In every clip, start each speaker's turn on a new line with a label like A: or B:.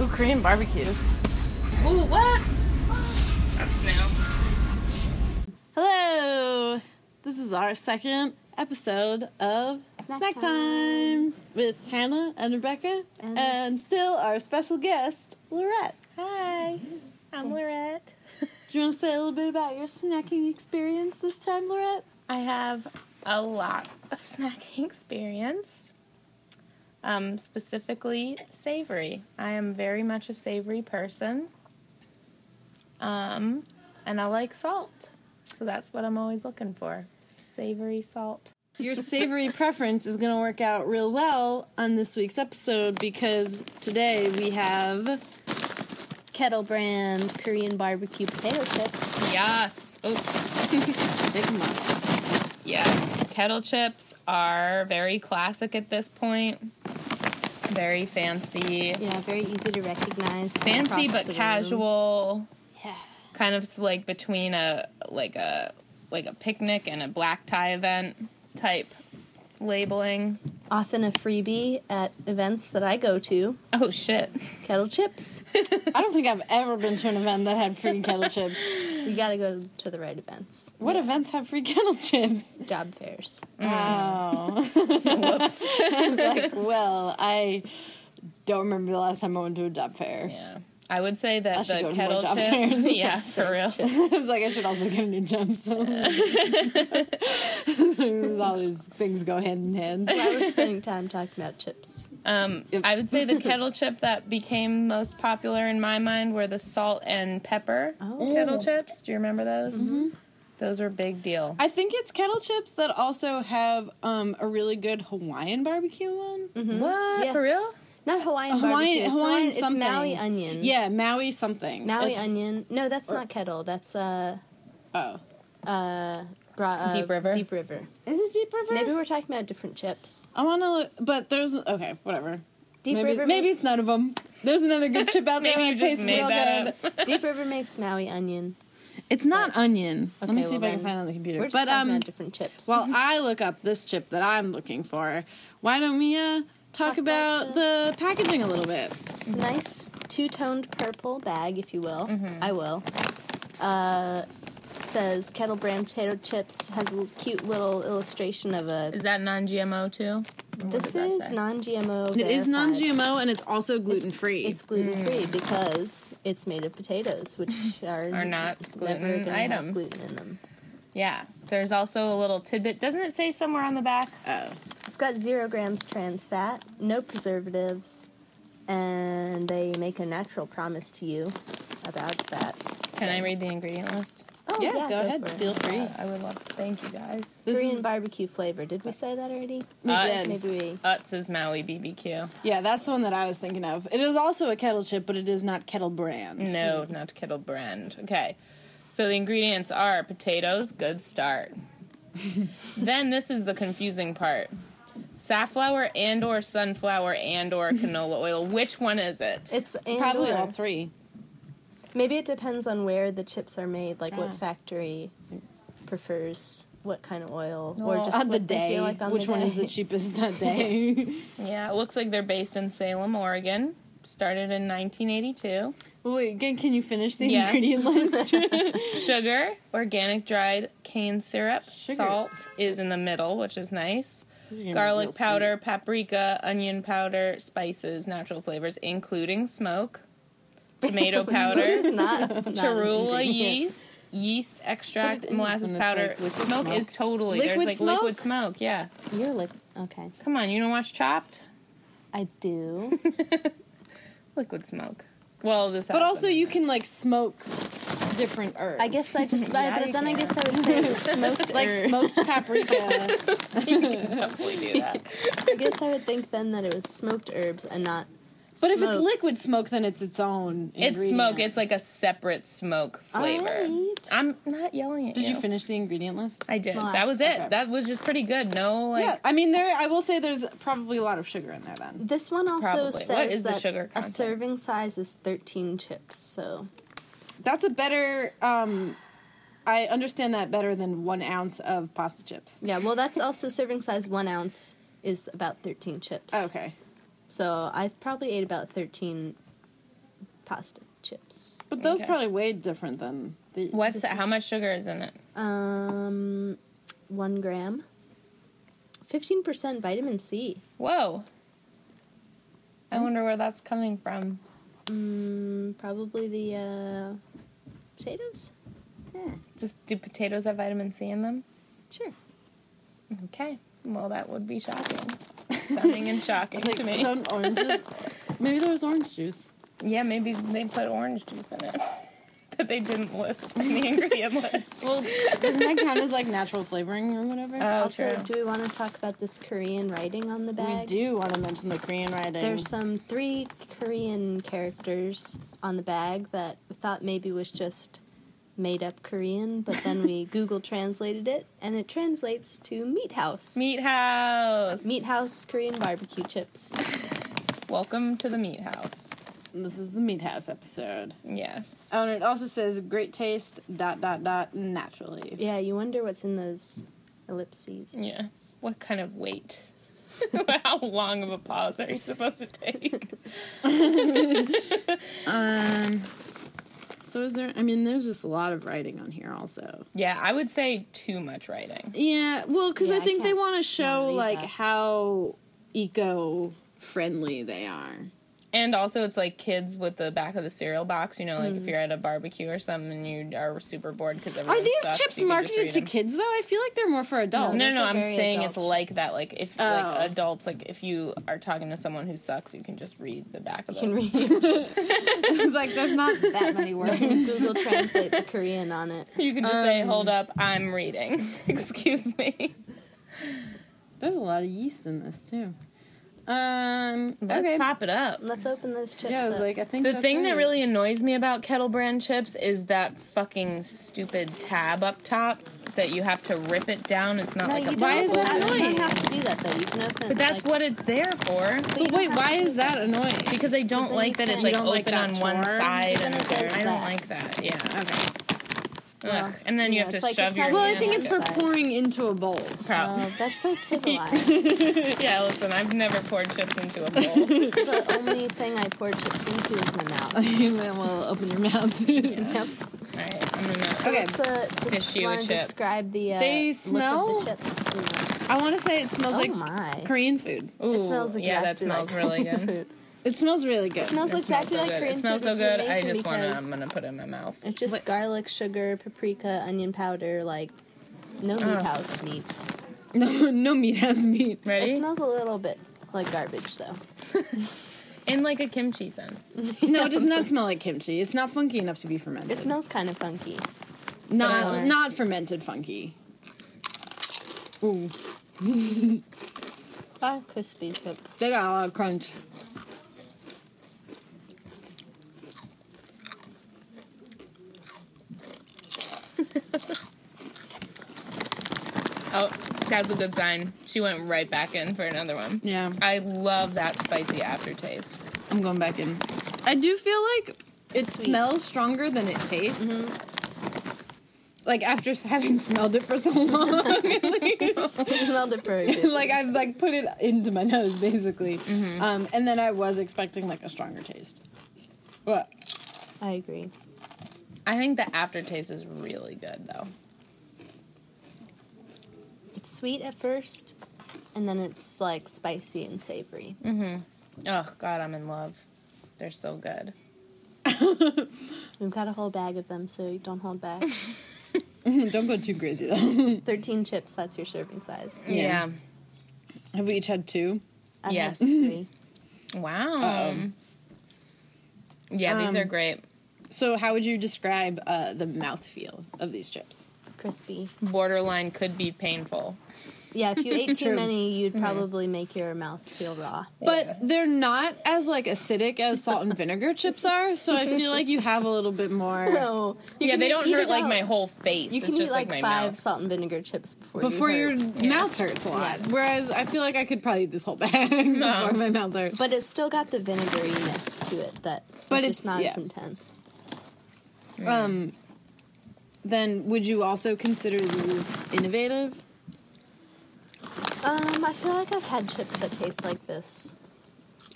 A: Ooh, Korean barbecue.
B: Ooh, what? That's new.
A: Hello. This is our second episode of Snack,
C: Snack
A: time. with Hannah and Rebecca
C: And-
A: and still our special guest, Lorette.
D: Hi, I'm Lorette.
A: Do you want to say a little bit about your snacking experience this time, Lorette?
D: I have a lot of snacking experience, um, specifically savory. I am very much a savory person, um, and I like salt. So that's what I'm always looking for savory salt.
A: Your savory preference is going to work out real well on this week's episode because today we have Kettle Brand Korean barbecue potato chips.
D: Yes. Oh,
A: Pick 'em up.
D: Yes, kettle chips are very classic at this point. Very fancy.
C: Yeah, very easy to recognize. from
D: Fancy
C: across
D: but
C: the room.
D: casual,
C: Yeah.
D: kind of s- like between a like a like a picnic and a black tie event type labeling.
C: Often a freebie at events that I go to.
D: Oh shit.
C: Kettle chips.
A: I don't think I've ever been to an event that had free kettle chips.
C: you gotta go to the right events.
A: What events have free kettle chips?
C: Job fairs.
A: Wow.
D: Whoops.
A: I was like, well, I don't remember the last time I went to a job fair.
D: yeah. I would say that
A: should go to more
D: the kettle
A: job
D: chips.
A: fairs.
D: Yeah, for real.
A: I was like, I should also get a new jumpsuit. All these things go hand in hand.
C: Why we're spending time talking about chips.
D: Um, I would say the kettle chip that became most popular in my mind were the salt and pepper
C: Oh.
D: kettle chips. Do you remember those?
A: Mm-hmm.
D: Those were big deal.
A: I think it's kettle chips that also have um, a really good Hawaiian barbecue one.
C: Mm-hmm.
D: What
C: Yes.
D: for real?
C: Not Hawaiian barbecue.
A: Hawaiian,
C: It's,
A: Hawaiian,
C: Hawaiian, it's
A: something.
C: Maui onion.
A: Yeah, Maui something.
C: Maui
A: It's-
C: onion. No, that's not kettle. That's uh,
A: Oh,
C: uh, bra- uh,
D: Deep River.
C: Deep River.
A: is it Deep River?
C: Maybe we're talking about different chips.
A: I want to, look, but there's okay, whatever.
C: Deep
A: maybe
C: River.
A: maybe
C: makes-
A: it's none of them. There's another good chip out there
D: Maybe you
A: that
D: just
A: tastes
D: made
A: real
D: that
A: good.
D: up.
C: Deep River makes Maui onion.
A: It's not onion. Let me
C: Okay,
A: see if
C: well
A: I can
C: then,
A: find it on the computer.
C: We're just
A: But
C: talking
A: um,
C: about different chips.
A: while I look up this chip that I'm looking for, why don't we uh, talk,
C: Talk about
A: about the packaging a little bit?
C: It's a nice two-toned purple bag, if you will. I will. Uh, it says Kettle Brand potato chips has a little- cute little illustration of a.
D: Is that non-GMO too?
C: this
D: does that
C: is
D: say?
C: non-GMO.
A: It is
C: verified.
A: non-GMO and it's also gluten free.
C: It's gluten free because it's made of potatoes, which are
D: Are not
C: never
D: gluten
C: gonna have
D: items.
C: gluten in them.
D: Yeah. There's also a little tidbit. Doesn't it say somewhere on the back?
A: Oh,
C: It's got zero grams trans fat, no preservatives, and they make a natural promise to you about that.
D: Can I read the ingredient list? Uh,
C: Oh
A: yeah, go, ahead,
C: for it.
A: feel free.
D: I would love. Thank you guys.
A: This
C: Korean
A: is-
C: barbecue flavor. Did we say that already?
A: We did.
D: Utz,
C: Maybe we-
D: Utz is Maui BBQ.
A: yeah, that's the one that I was thinking of. It is also a kettle chip, but it is not kettle brand.
D: No, not Kittle brand. Okay. So the ingredients are potatoes, good start. then this is the confusing part. Safflower and or sunflower and or canola oil. Which one is it?
C: It's and
A: Probably
C: or.
A: all three.
C: Maybe it depends on where the chips are made, like
A: Ah.
C: what factory prefers what kind of oil, or
D: Well,
C: just
A: On the
C: what they
A: day,
C: feel like on
A: which
C: the
A: one
C: day.
A: is the cheapest that day?
D: yeah, it looks like they're based in Salem, Oregon. Started in 1982.
A: Wait, again, can you finish the
D: Yes.
A: ingredient list?
D: Sugar, organic dried cane syrup, salt is in the middle, which is nice. Garlic powder, paprika, onion powder, spices, natural flavors, including smoke, tomato
C: It's
D: powder,
C: not, not an
D: Tarula
C: ingredient.
D: yeast, yeast
A: But it
D: extract,
A: is
D: molasses
A: when it's,
D: powder.
A: like, liquid
D: smoke,
A: smoke.
D: is totally
A: Liquid
D: there's like
A: smoke?
D: liquid smoke. Yeah,
C: You're like okay,
D: come on, you don't watch Chopped?
C: I do.
D: Liquid smoke. Well, this.
A: But also, you can like smoke different herbs.
C: I guess I just,
D: Yeah,
C: but
D: you
C: then I
D: can.
C: guess I would say smoked.
A: like
C: herb.
A: smoked paprika.
D: can definitely do that.
C: I guess I would think then that it was smoked herbs and not.
A: but if it's liquid smoke, then it's its own.
D: It's
A: ingredient.
D: smoke. It's like a separate smoke flavor.
C: Alright.
D: I'm not yelling at
A: Did
D: you.
A: you finish the ingredient list?
D: I did.
C: Well,
D: that was it.
A: okay.
D: That was just pretty good. No, like
A: yeah, I mean there. I will say there's probably a lot of sugar in there. Then
C: This one also
D: Probably. What
C: says
D: is the
C: that
D: sugar
C: a
D: content?
C: serving size is 13 chips, so
A: that's a better. um I understand that better than one ounce of pasta chips.
C: Yeah, well, that's also serving size one ounce is about 13 chips.
A: Oh, Okay.
C: So I probably ate about 13 pasta chips.
A: But those
D: Okay.
A: probably weigh different than the.
D: What's
A: this
D: how
A: is-
D: much sugar is in it?
C: Um, one gram. Fifteen percent vitamin C.
D: Whoa. I wonder where that's coming from.
C: Mm, probably the uh, potatoes.
D: Just do potatoes have vitamin C in them?
C: Sure.
D: Okay. Well, that would be shocking. Stunning and shocking
A: Like
D: to me.
A: some oranges. Maybe there was orange juice.
D: Yeah, maybe they put orange juice in it. but they didn't list on the ingredient list.
A: Well, doesn't that count as like natural flavoring or whatever?
D: Oh,
C: also,
D: true.
C: do we want to talk about this Korean writing on the
A: we
C: bag?
A: do want to mention the Korean writing.
C: There's some three Korean characters on the bag that we thought maybe was just made up Korean, but then we Google translated it, and it translates to meat house.
D: Meat house.
C: Meat house Korean barbecue chips.
D: Welcome to the meat house.
A: this is the meat house episode.
D: Yes.
A: Oh, and it also says great taste. Dot dot dot. Naturally.
C: Yeah, you wonder what's in those ellipses.
D: Yeah. What kind of wait? How long of a pause are you supposed to take?
A: Um. So is there? I mean, there's just a lot of writing on here, also.
D: yeah, I would say too much writing.
A: Yeah, well, because
C: Yeah,
A: I
C: I
A: think they
C: can't
A: want to show
C: read
A: like
C: that.
A: how eco friendly they are.
D: And also, it's like kids with the back of the cereal box. You know, like if you're at a barbecue or something and you are super bored because everyone
A: Mm. Are these
D: sucks,
A: chips
D: you can just
A: marketed
D: read
A: to
D: them.
A: kids though? I feel like they're more for adults.
D: No,
C: Those
D: no,
C: are
D: I'm
C: very
D: saying
C: adult
D: it's like that.
C: chips.
D: Like if
A: Oh.
D: like adults, like if you are talking to someone who sucks, you can just read the back of the.
C: You can read your chips.
A: it's like there's not that many words.
C: Google translate the Korean on it.
D: You can just say,
A: Um.
D: "Hold up, I'm reading." Excuse me.
A: There's a lot of yeast in this too. Um,
D: Let's
A: okay.
D: pop it up.
C: Let's open those chips
A: yeah, I was
C: up.
A: like, I think
D: The
A: that's
D: thing that
A: it.
D: really annoys me about kettle brand chips is that fucking stupid tab up top that you have to rip it down. It's not
C: no,
D: like
C: you
D: a
C: don't
A: Why is that
C: open it. You
A: annoying?
C: don't have to do that though. You can open
D: But that's what it's there for.
A: But wait, why is that annoying?
D: Because I don't
C: then you
D: like that it's
A: can't- You
D: like
A: don't
D: open
A: like that
D: on one
A: drawer?
D: side and
C: Then it
D: there.
C: does
D: I don't
C: that.
D: like that. Yeah.
A: Okay.
D: Ugh. And then
C: you
D: you
C: know,
D: have to
C: it's like
D: shove
C: it's
D: your
C: not
A: Well, I
C: Yeah,
A: think it's for
C: that's fine.
A: pouring into a bowl.
D: crap.
C: Oh, that's so civilized.
D: Yeah, listen, I've never poured chips into a bowl.
C: the only thing I pour chips into is my mouth.
A: well, open your mouth.
C: Yep.
D: Alright, I'm gonna
C: So
A: Okay.
C: what's the, just
D: Issue a
C: want to
D: chip.
C: describe the uh,
A: They
C: look
A: smell-
C: of the chips.
A: I want to say it smells
C: Oh
A: like
C: my!
A: Korean food.
D: Ooh,
C: it smells exactly
D: Yeah, that smells
C: like
D: really
C: Korean
D: good.
C: food.
A: It smells really good.
C: It smells
D: It smells
C: exactly
D: so
C: like
D: good.
C: Korean
D: It smells
C: food.
D: so
C: It's
D: good. I
C: amazing
D: just wanna
C: because
D: I'm gonna put it in my mouth.
C: It's just garlic, sugar, paprika, onion powder, like no meat house meat.
A: no, no meat has meat.
C: It
D: Ready?
C: smells a little bit like garbage though.
D: In like a kimchi sense.
A: No, it does not smell like kimchi. It's not funky enough to be fermented.
C: It smells kind of funky.
A: not
D: Yeah.
A: not fermented funky. Ooh,
C: Ah, crispy chip.
A: they got a lot of crunch.
D: Oh, that's a good sign. She went right back in for another one.
A: Yeah,
D: I love that spicy aftertaste.
A: I'm going back in. I do feel like it smells stronger than it tastes.
C: Mm-hmm.
A: Like after s- having smelled it for so long,
C: It smelled it very good.
A: like I've like put it into my nose basically,
C: Mm-hmm.
A: um, and then I was expecting like a stronger taste. What?
C: I agree.
D: I think the aftertaste is really good though.
C: It's sweet at first, and then it's like spicy and savory.
D: Mm. Oh god, I'm in love. They're so good.
C: We've got a whole bag of them, so you don't hold back.
A: Don't go too crazy though.
C: 13 chips, that's your serving size.
D: Yeah.
A: Have we each had two?
C: I
D: Yes.
C: Have three.
D: Wow. Yeah,
C: Um,
D: these are great.
A: So, how would you describe uh, the mouthfeel of these chips?
C: Crispy.
D: Borderline could be painful.
C: Yeah, if you ate
A: True.
C: too many, you'd
D: Mm-hmm.
C: probably make your mouth feel raw.
A: But they're not as like acidic as salt and vinegar chips are, so I feel like you have a little bit more
C: No.
D: yeah, they don't hurt like my whole
C: whole
D: face.
C: You
D: it's
C: can eat
D: just
C: like,
D: my
C: five
D: mouth.
C: salt and vinegar chips before,
A: before
C: you
A: your
C: hurt.
A: mouth hurts a lot.
C: Yeah.
A: Whereas I feel like I could probably eat this whole bag before my mouth hurts.
C: But it's still got the vinegariness to it that
A: But
C: but
A: it's-
C: it's not
A: yeah.
C: as intense.
D: Mm.
A: Um, then would you also consider these innovative?
C: Um, I feel like I've had chips that taste like this.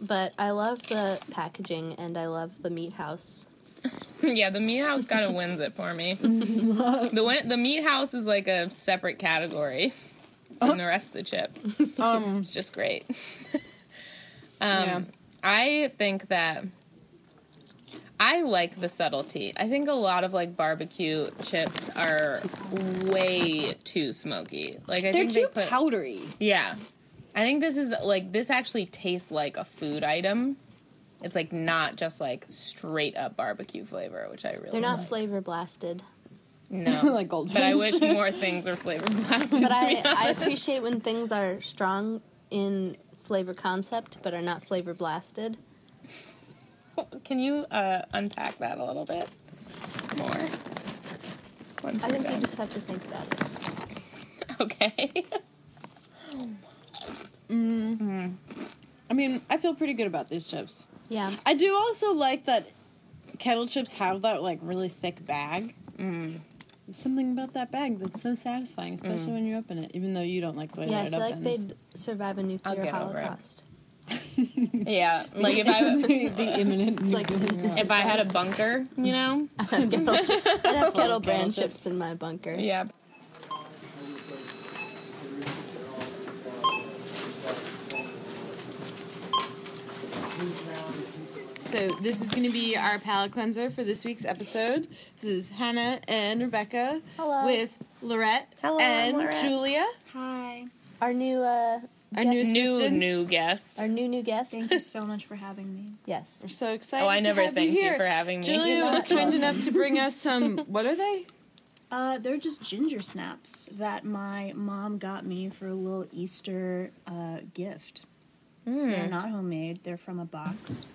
C: But I love the packaging and I love the meat house.
D: yeah, the meat house kind of wins it for me. the win- the meat house is like a separate category from the rest of the chip.
A: Oh. Um,
D: It's just great.
A: yeah.
D: Um, I think that I like the subtlety. I think a lot of like barbecue chips are way too smoky. Like I
A: They're
D: think
A: too
D: they put
A: powdery.
D: yeah. I think this is like this actually tastes like a food item. It's like not just like straight up barbecue flavor, which I really
C: They're not
D: like.
C: flavor blasted.
D: no
A: Like Goldfish.
D: Um, But I wish more things were flavor blasted.
C: But
D: to
C: I,
D: be
C: I
D: honest.
C: appreciate when things are strong in flavor concept but are not flavor blasted.
D: Can you uh, unpack that a little bit more? Once
C: I
D: we're
C: think you
D: done.
C: just have to think about it.
D: Okay.
A: I mean, I feel pretty good about these chips.
C: Yeah.
A: I do also like that kettle chips have that like really thick bag. Mm. There's something about that bag that's so satisfying,
D: Mm.
A: especially when you open it, even though you don't like the way
C: Yeah,
A: that
C: I
A: it
C: feel like
A: opens.
C: they'd survive a
D: I'll
C: nuclear
D: get over it.
C: holocaust.
D: yeah. Like if I
A: the, the imminent
C: like-
A: nuclear
D: if I had a bunker, you know.
C: I'd have kettle brand
A: chips.
C: chips in my bunker.
D: Yeah.
A: So this is going to be our palate cleanser for this week's episode. This is Hannah and Rebecca
C: Hello.
A: with Lorette
D: Hello,
A: and
D: Lorette.
A: Julia,
E: Hi.
C: Our new uh
A: our
C: Guest-
A: new
D: New
A: assistants.
D: new guest.
C: our new new guest.
E: Thank you so much for having me.
C: Yes.
A: We're so excited.
D: Oh, I
A: to
D: never
A: have you
D: thanked you,
A: here.
D: for having me.
A: Julia was kind enough to bring us some. What are they?
E: Uh, they're just ginger snaps that my mom got me for a little Easter uh, gift. They're not homemade. They're from a box.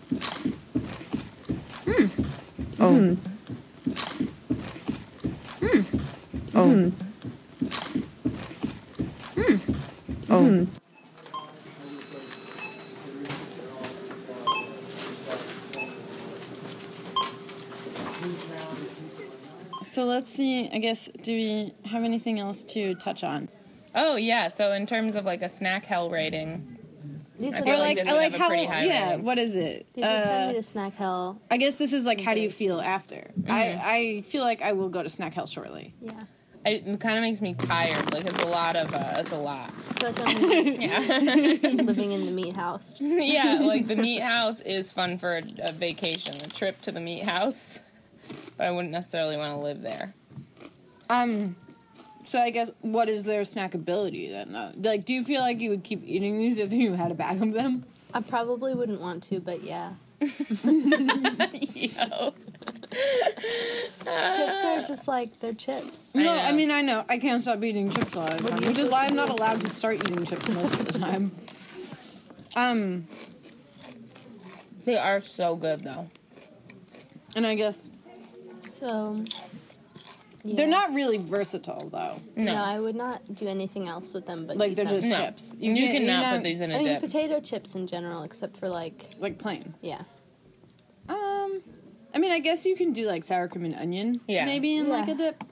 A: So let's see. I guess do we have anything else to touch on?
D: Oh yeah. So in terms of like a snack hell rating,
C: These
D: I
C: would
D: feel
C: like,
D: this
A: I
D: would
A: like
D: have a
A: how.
D: pretty high
A: Yeah.
D: rating.
A: What is it?
C: these would send me
A: Uh,
C: to snack hell.
A: I guess this is like how do you feel after?
D: Mm-hmm.
A: I I feel like I will go to snack hell shortly.
C: Yeah.
D: it kind of makes me tired. Like it's a lot of uh, it's a lot.
C: Feel like I'm
D: Yeah.
C: living in the meat house.
D: yeah. Like the meat house is fun for a, a vacation, a trip to the meat house, but I wouldn't necessarily want to live there.
A: Um. So I guess what is their snackability then? Though? Like, do you feel like you would keep eating these if you had a bag of them?
C: I probably wouldn't want to, but yeah.
D: Yo.
C: Chips are just like they're chips.
A: No,
D: know.
A: I mean I know I can't stop eating chips all the time,
C: are you
A: which is
C: supposed
A: why
C: to
A: I'm not
C: do?
A: allowed to start eating chips most of the time. Um,
D: They are so good though.
A: and I guess
C: So yeah.
A: they're not really versatile though.
C: No. I would not do anything else with them but
A: Like
C: eat
A: they're
C: them.
A: just
D: No.
A: chips.
D: You,
A: can't- you're
D: cannot
A: not-
D: put these in a
C: I mean
D: dip.
C: potato chips in general, except for like
A: like plain.
C: yeah.
A: Um, I mean I guess you can do like sour cream and onion,
D: Yeah.
A: maybe in like
C: Yeah.
A: a dip,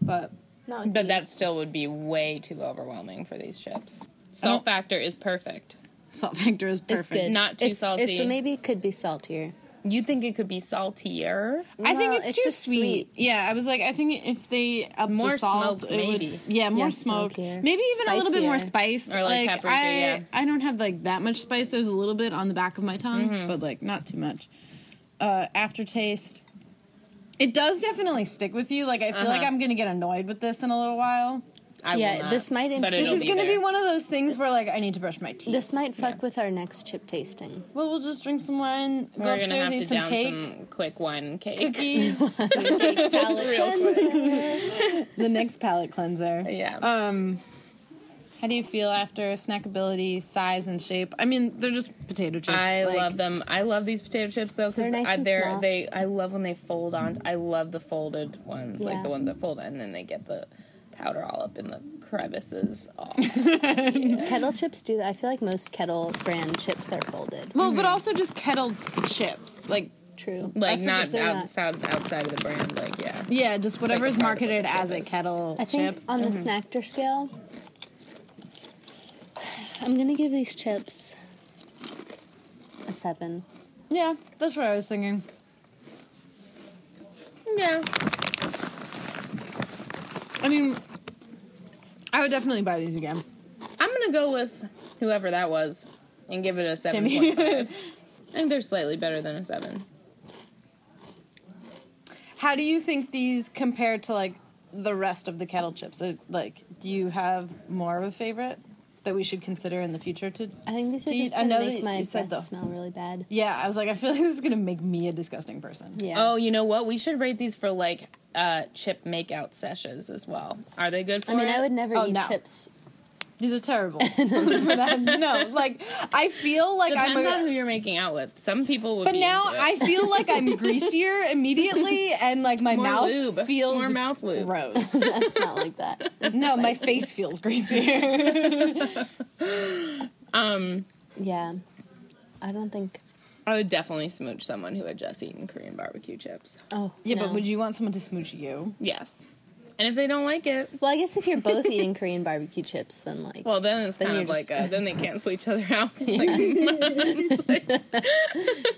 A: but
C: Not with
D: But
C: these.
D: that still would be way too overwhelming for these chips. Salt
A: Oh.
D: factor is perfect.
A: salt factor is perfect.
C: good.
D: Not too
C: it's,
D: salty.
C: It's, maybe it could be saltier.
D: You think it could be saltier?
A: I think
C: Well,
A: it's,
C: it's
A: too
C: just
A: sweet. Yeah, I was like, I think if they up
D: More
A: the salt,
D: smoke,
A: it would-
D: maybe.
A: yeah, more
C: Yeah,
A: smoke,
C: smokier.
A: maybe even a little bit more
C: Spicier.
A: spice.
D: Or, like, paprika,
A: I,
D: yeah.
A: I don't have like that much spice. There's a little bit on the back of my tongue,
D: Mm-hmm.
A: but like not too much. Uh, aftertaste. It does definitely stick with you. Like I feel like
D: Uh-huh.
A: I'm gonna get annoyed with this in a little while.
D: I will
C: Yeah,
D: not,
C: this might
D: but
C: improve-
A: This
D: it'll
A: is gonna be
D: there.
A: one of those things where like I need to brush my teeth.
C: This might fuck with our next chip tasting.
A: well, we'll just drink some wine, go
D: We're gonna
A: upstairs,
D: have to
A: eat some
D: down
A: cake,
D: some quick one cake.
A: cookies.
D: Just real quick.
A: the next palate cleanser.
D: Yeah.
A: Um, how do you feel after snackability, size, and shape? I mean, they're just potato chips.
D: I
A: like-
D: love them. I love these potato chips though because
C: They're nice
D: I
C: and
D: they're
C: small.
D: they I love when they fold on. I love the folded ones, like
C: Yeah.
D: the ones that fold and then they get the powder all up in the crevices. Oh,
C: Kettle chips do that. I feel like most kettle brand chips are folded.
A: Well,
D: Mm-hmm.
A: but also just kettle chips. Like,
C: True.
D: like
C: I
D: not
C: forget- they're
D: outside outside of the brand. Like yeah,
A: yeah, just whatever
D: a
A: is
D: part of what
A: marketed
D: the chip
A: as a
D: is.
A: kettle
C: I think
A: chip. Mm-hmm.
C: on the snackter scale, I'm gonna give these chips a seven.
A: Yeah, that's what I was thinking.
D: Yeah.
A: I mean, I would definitely buy these again.
D: I'm gonna go with whoever that was and give it a seven
A: Timmy.
D: point five. I think they're slightly better than a seven.
A: How do you think these compare to like the rest of the kettle chips? Uh, Like, do you have more of a favorite that we should consider in the future? To
C: I think this
A: Do
C: should
A: you-
C: just
A: I
C: kinda
A: know that
C: make my
A: you said
C: breath
A: the-
C: smell really bad.
A: yeah, I was like, I feel like this is gonna make me a disgusting person.
C: Yeah.
D: Oh, you know what? We should rate these for like uh chip makeout sessions as well. Are they good for
C: I mean,
D: it?
C: I would never
A: Oh,
C: eat
A: no.
C: chips.
A: These are terrible. no, like I feel like
D: Depends
A: I'm. A,
D: on who you're making out with. Some people would.
A: But
D: be
A: now
D: into it.
A: I feel like I'm greasier immediately, and like my
D: more
A: mouth
D: lube.
A: feels
D: more mouth lube.
A: gross.
C: That's not like that.
A: no, my face feels greasier.
D: Um,
C: Yeah. I don't think.
D: I would definitely smooch someone who had just eaten Korean barbecue chips.
C: Oh.
A: yeah,
C: no.
A: but would you want someone to smooch you?
D: Yes, and if they don't like it,
C: Well, I guess if you're both eating Korean barbecue chips, then like.
D: well, then it's
C: Then
D: kind
C: you're
D: of
C: just-
D: like a, then they cancel each other out. It's like, it's like,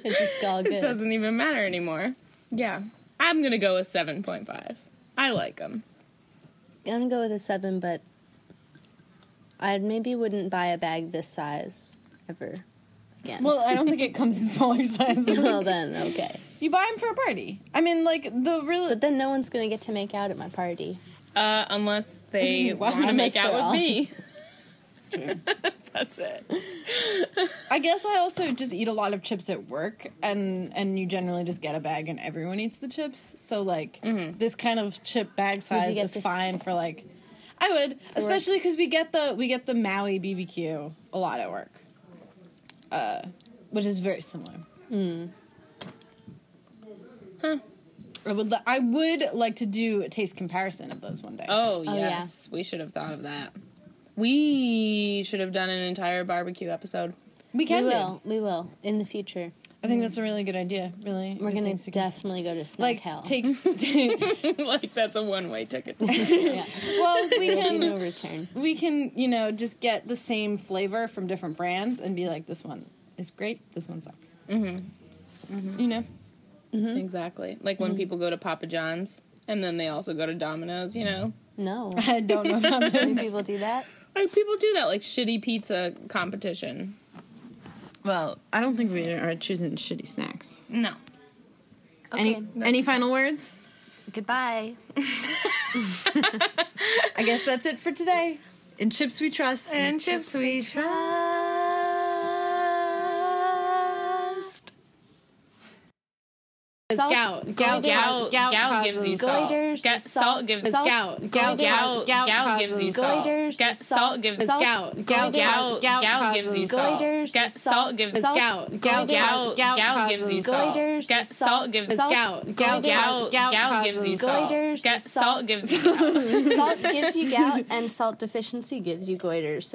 C: it's just all
D: it
C: good.
D: doesn't even matter anymore. Yeah, I'm gonna go with seven point five. I like them.
C: I'm gonna go with a seven, but I maybe wouldn't buy a bag this size ever again.
A: Well, I don't think it comes in smaller sizes.
C: Well, then okay,
A: You buy them for a party. I mean, like the real.
C: but then no one's gonna get to make out at my party.
D: Uh, unless they
A: Wow,
D: want
A: I
D: to make
C: missed
D: out
C: it
D: with
C: all.
D: me. That's it.
A: I guess I also just eat a lot of chips at work, and and you generally just get a bag, and everyone eats the chips. So like this kind of chip bag size
C: Mm-hmm. get
A: is
C: this-
A: fine for like. I would, especially because we get the we get the Maui BBQ a lot at work, uh, which is very similar.
C: Hmm.
A: Huh. I would li- I would like to do a taste comparison of those one day.
D: Oh,
C: yeah.
D: yes, we should have thought of that. We should have done an entire barbecue episode.
A: we can
C: we
A: do.
C: will, we will in the future.
A: I think that's a really good idea. Really,
C: We're
A: good
C: gonna
A: things to consider.
C: definitely go to snack
A: like
C: hell.
A: takes
D: like that's a one-way ticket.
C: yeah.
A: well we
C: There'll be no
A: can
C: return.
A: we can you know just get the same flavor from different brands and be like this one is great this one sucks mm-hmm, you know
D: Exactly. Like when people go to Papa John's and then they also go to Domino's, you know.
C: No,
A: i don't know about
C: Can
A: this
C: people do that.
D: Like people do that like shitty pizza competition.
A: well i don't think we are choosing shitty snacks
D: No.
A: any any final words
C: Goodbye.
A: i guess that's it for today in chips we trust
B: And chips we try.
A: Salt- gout gout gout
D: Gout, gout,
A: causes-
D: gives you salt.
C: goiters,
D: Gout-
C: salt-
D: salt gives
C: salt-
A: gout gout
D: gout,
A: gout
D: gout gives you
A: causes
D: salt.
C: goiters,
D: Gout- salt
C: salt-
D: gives
A: salt-
D: gout, gout, gout,
A: gout- gout
D: gout gives you
A: causes
D: salt.
C: goiters,
D: Gout- Salt
C: salt-
D: gives
C: salt-
A: gout gout
D: gout,
A: gout
D: gout
A: gout
D: gives you
A: causes
D: salt.
C: goiters,
D: Gout- Salt
C: salt-
D: gives
A: salt-
D: gout, gout, gout,
A: gout- gout
D: gout gives you
A: causes
D: salt.
C: goiters,
D: Gout-
C: salt-
D: Salt gives you gout.
C: Salt gives you gout, and salt deficiency gives you goiters.